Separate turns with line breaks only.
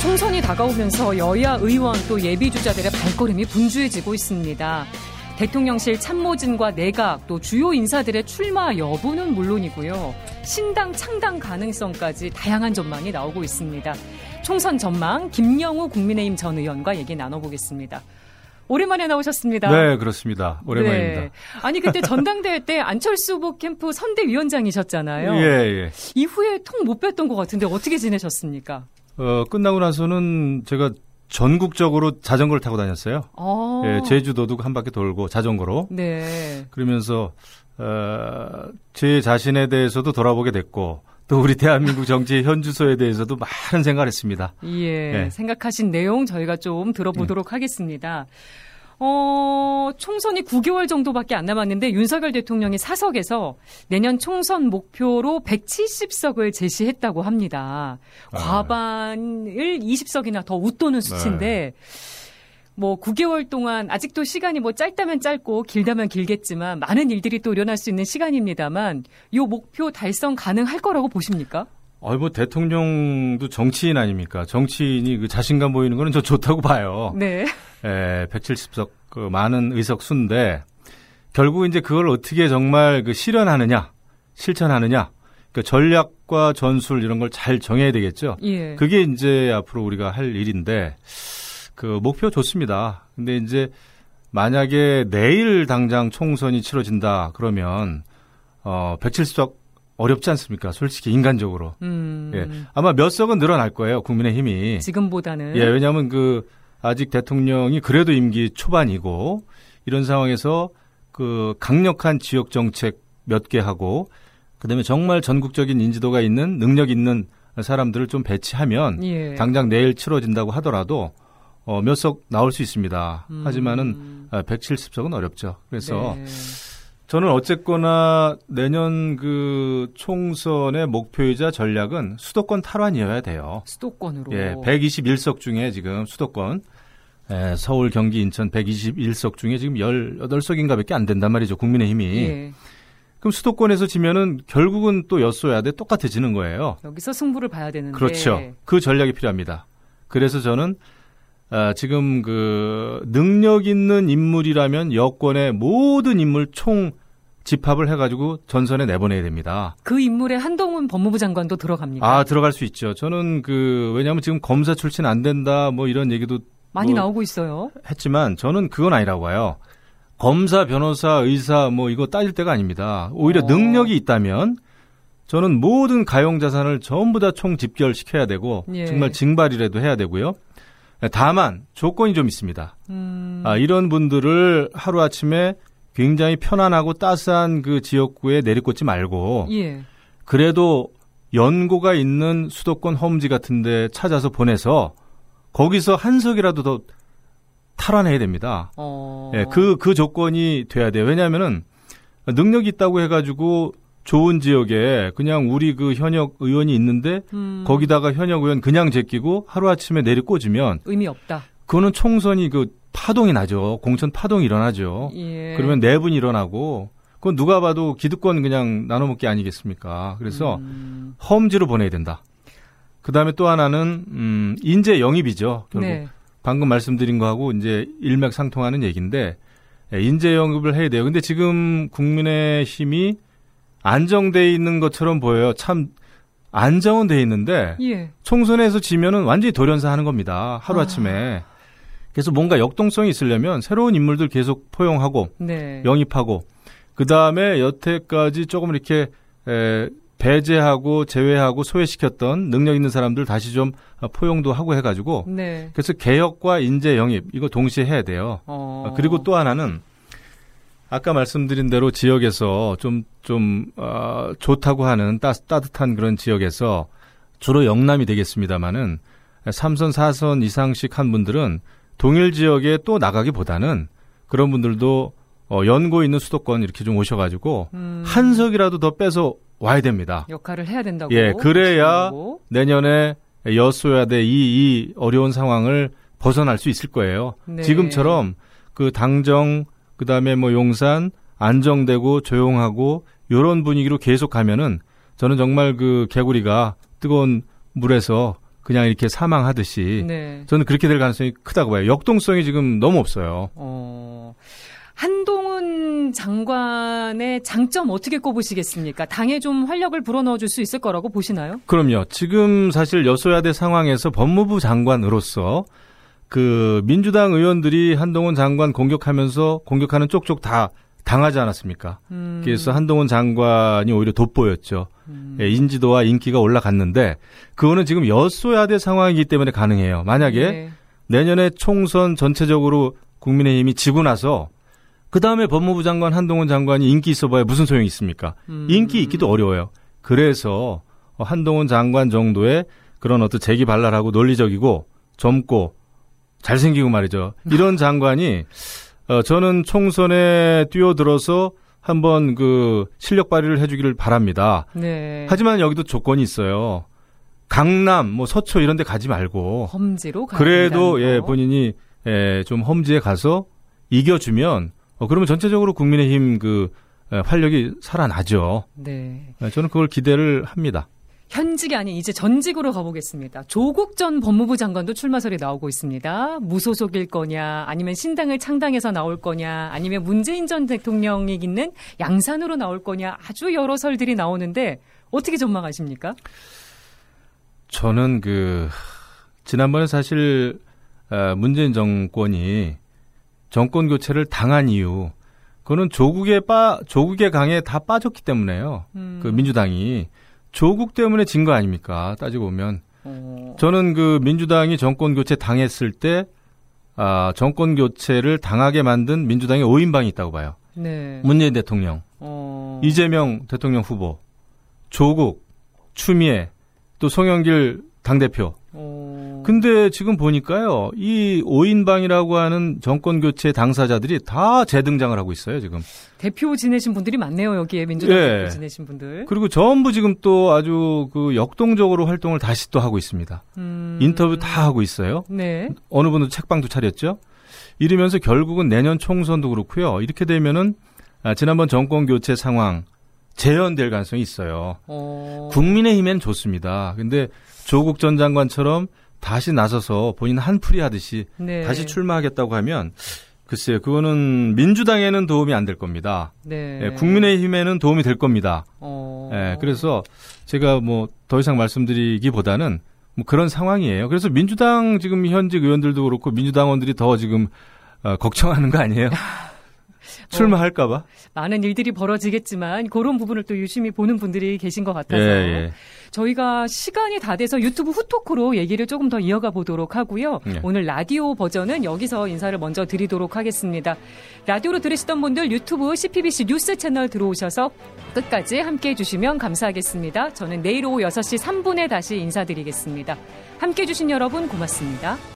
총선이 다가오면서 여야 의원 또 예비주자들의 발걸음이 분주해지고 있습니다. 대통령실 참모진과 내각 또 주요 인사들의 출마 여부는 물론이고요. 신당 창당 가능성까지 다양한 전망이 나오고 있습니다. 총선 전망 김영우 국민의힘 전 의원과 얘기 나눠보겠습니다. 오랜만에 나오셨습니다.
네, 그렇습니다. 오랜만입니다. 네.
아니 그때 전당대회 때 안철수 후보 캠프 선대위원장이셨잖아요.
예, 예.
이후에 통 못 뵀던 것 같은데 어떻게 지내셨습니까?
어, 끝나고 나서는 제가 전국적으로 자전거를 타고 다녔어요.
아~
예, 제주도도 한 바퀴 돌고 자전거로.
네.
그러면서 어, 제 자신에 대해서도 돌아보게 됐고 또 우리 대한민국 정치의 현 주소에 대해서도 많은 생각을 했습니다.
예, 네. 생각하신 내용 저희가 좀 들어보도록 네. 하겠습니다. 어, 총선이 9개월 정도밖에 안 남았는데 윤석열 대통령이 사석에서 내년 총선 목표로 170석을 제시했다고 합니다. 네. 과반을 20석이나 더 웃도는 수치인데 뭐 9개월 동안 아직도 시간이 뭐 짧다면 짧고 길다면 길겠지만 많은 일들이 또 일어날 수 있는 시간입니다만 요 목표 달성 가능할 거라고 보십니까?
아이 뭐 대통령도 정치인 아닙니까? 정치인이 그 자신감 보이는 거는 저 좋다고 봐요.
네.
에 170석 그 많은 의석 수인데 결국 이제 그걸 어떻게 정말 그 실현하느냐, 실천하느냐. 그 전략과 전술 이런 걸 잘 정해야 되겠죠.
예.
그게 이제 앞으로 우리가 할 일인데 그 목표 좋습니다. 근데 이제 만약에 내일 당장 총선이 치러진다 그러면 어 170석 어렵지 않습니까? 솔직히 인간적으로.
음.
예. 아마 몇 석은 늘어날 거예요. 국민의 힘이.
지금보다는
예, 왜냐면 그 아직 대통령이 그래도 임기 초반이고 이런 상황에서 그 강력한 지역 정책 몇 개 하고 그다음에 정말 전국적인 인지도가 있는 능력 있는 사람들을 좀 배치하면
예.
당장 내일 치러진다고 하더라도 어, 몇 석 나올 수 있습니다. 음. 하지만은 170석은 어렵죠. 그래서 네. 저는 어쨌거나 내년 그 총선의 목표이자 전략은 수도권 탈환이어야 돼요.
수도권으로.
예, 121석 중에 지금 수도권 예, 서울, 경기, 인천 121석 중에 지금 18석인가 밖에 안 된단 말이죠. 국민의힘이.
예.
그럼 수도권에서 지면은 결국은 또 엿소야 돼 똑같아지는 거예요.
여기서 승부를 봐야 되는데.
그렇죠. 그 전략이 필요합니다. 그래서 저는 아, 지금 그 능력 있는 인물이라면 여권의 모든 인물 총 집합을 해가지고 전선에 내보내야 됩니다.
그 인물에 한동훈 법무부 장관도 들어갑니까?
아 들어갈 수 있죠. 저는 그 왜냐하면 지금 검사 출신 안 된다 뭐 이런 얘기도
많이
뭐
나오고 있어요.
했지만 저는 그건 아니라고 봐요. 검사, 변호사, 의사 뭐 이거 따질 때가 아닙니다. 오히려
어.
능력이 있다면 저는 모든 가용 자산을 전부 다 총 집결시켜야 되고
예.
정말 징발이라도 해야 되고요. 다만 조건이 좀 있습니다.
음.
아, 이런 분들을 하루 아침에 굉장히 편안하고 따스한 그 지역구에 내리꽂지 말고
예.
그래도 연고가 있는 수도권 험지 같은데 찾아서 보내서 거기서 한 석이라도 더 탈환해야 됩니다.
어.
예, 그, 그 조건이 돼야 돼요. 왜냐면은 하 능력이 있다고 해가지고 좋은 지역에 그냥 우리 그 현역 의원이 있는데
음.
거기다가 현역 의원 그냥 제끼고 하루아침에 내리꽂으면
의미 없다.
그거는 총선이 그 파동이 나죠. 공천 파동이 일어나죠.
예.
그러면 네 내분 일어나고 그건 누가 봐도 기득권 그냥 나눠먹기 아니겠습니까? 그래서
음.
험지로 보내야 된다. 그 다음에 또 하나는 음, 인재 영입이죠. 결국
네.
방금 말씀드린 거하고 이제 일맥상통하는 얘기인데 예, 인재 영입을 해야 돼요. 근데 지금 국민의힘이 안정돼 있는 것처럼 보여요. 참 안정은 돼 있는데
예.
총선에서 지면은 완전히 돌연사하는 겁니다. 하루
아.
아침에. 그래서 뭔가 역동성이 있으려면 새로운 인물들 계속 포용하고
네.
영입하고 그 다음에 여태까지 조금 이렇게 에, 배제하고 제외하고 소외시켰던 능력 있는 사람들 다시 좀 어, 포용도 하고 해가지고
네.
그래서 개혁과 인재 영입 이거 동시에 해야 돼요.
어.
아, 그리고 또 하나는 아까 말씀드린 대로 지역에서 좀, 좀, 어, 좋다고 하는 따, 따뜻한 그런 지역에서 주로 영남이 되겠습니다만은 삼선사선 이상씩 한 분들은 동일 지역에 또 나가기보다는 그런 분들도 어, 연고 있는 수도권 이렇게 좀 오셔가지고
음.
한 석이라도 더 빼서 와야 됩니다.
역할을 해야 된다고.
예, 그래야
그리고,
내년에 여수야대 이, 이 어려운 상황을 벗어날 수 있을 거예요.
네.
지금처럼 그 당정 그다음에 뭐 용산 안정되고 조용하고 요런 분위기로 계속 가면은 저는 정말 그 개구리가 뜨거운 물에서 그냥 이렇게 사망하듯이
네.
저는 그렇게 될 가능성이 크다고 봐요. 역동성이 지금 너무 없어요.
어, 한동훈 장관의 장점 어떻게 꼽으시겠습니까? 당에 좀 활력을 불어넣어 줄 수 있을 거라고 보시나요?
그럼요. 지금 사실 여소야대 상황에서 법무부 장관으로서 그 민주당 의원들이 한동훈 장관 공격하면서 공격하는 쪽쪽 다 당하지 않았습니까?
음,
그래서 한동훈 장관이 오히려 돋보였죠. 예, 인지도와 인기가 올라갔는데 그거는 지금 여소야대 상황이기 때문에 가능해요. 만약에
네.
내년에 총선 전체적으로 국민의힘이 지고 나서 그 다음에 법무부 장관 한동훈 장관이 인기 있어봐야 무슨 소용이 있습니까?
음.
인기 있기도 어려워요. 그래서 한동훈 장관 정도의 그런 어떤 재기발랄하고 논리적이고 젊고 잘생기고 말이죠. 이런 장관이 어, 저는 총선에 뛰어들어서 한번 그 실력 발휘를 해주기를 바랍니다.
네.
하지만 여기도 조건이 있어요. 강남, 뭐 서초 이런 데 가지 말고
험지로 가.
그래도 예 본인이 예, 좀 험지에 가서 이겨주면 어, 그러면 전체적으로 국민의힘 그 예, 활력이 살아나죠.
네.
예, 저는 그걸 기대를 합니다.
현직이 아닌 이제 전직으로 가보겠습니다. 조국 전 법무부 장관도 출마설이 나오고 있습니다. 무소속일 거냐, 아니면 신당을 창당해서 나올 거냐, 아니면 문재인 전 대통령이 있는 양산으로 나올 거냐, 아주 여러 설들이 나오는데 어떻게 전망하십니까?
저는 그 지난번에 사실 어, 문재인 정권이 정권 교체를 당한 이유 그거는 조국의 빠 조국의 강에 다 빠졌기 때문에요.
음,
그 민주당이 조국 때문에 진 거 아닙니까? 따지고 보면
어,
저는 그 민주당이 정권 교체 당했을 때 아, 정권 교체를 당하게 만든 민주당의 오인방이 있다고 봐요.
네.
문재인 대통령,
어,
이재명 대통령 후보, 조국, 추미애, 또 송영길 당대표.
어,
근데 지금 보니까요. 이오인방이라고 하는 정권 교체 당사자들이 다 재등장을 하고 있어요, 지금.
대표 지내신 분들이 많네요, 여기에 민주당
예.
대표 지내신 분들.
그리고 전부 지금 또 아주 그 역동적으로 활동을 다시 또 하고 있습니다.
음,
인터뷰 다 하고 있어요.
네.
어느 분도 책방도 차렸죠. 이러면서 결국은 내년 총선도 그렇고요. 이렇게 되면은 아, 지난번 정권 교체 상황 재현될 가능성이 있어요.
어,
국민의힘엔 좋습니다. 근데 조국 전 장관처럼 다시 나서서 본인 한풀이 하듯이
네.
다시 출마하겠다고 하면 글쎄요. 그거는 민주당에는 도움이 안 될 겁니다.
네.
예, 국민의힘에는 도움이 될 겁니다.
어,
예, 그래서 제가 뭐 더 이상 말씀드리기보다는 뭐 그런 상황이에요. 그래서 민주당 지금 현직 의원들도 그렇고 민주당원들이 더 지금 어, 걱정하는 거 아니에요?
어,
출마할까봐.
많은 일들이 벌어지겠지만 그런 부분을 또 유심히 보는 분들이 계신 것
예,
같아서
예.
저희가 시간이 다 돼서 유튜브 후토크로 얘기를 조금 더 이어가 보도록 하고요.
네.
오늘 라디오 버전은 여기서 인사를 먼저 드리도록 하겠습니다. 라디오로 들으시던 분들 유튜브 CPBC 뉴스 채널 들어오셔서 끝까지 함께해 주시면 감사하겠습니다. 저는 내일 오후 6시 3분에 다시 인사드리겠습니다. 함께해 주신 여러분 고맙습니다.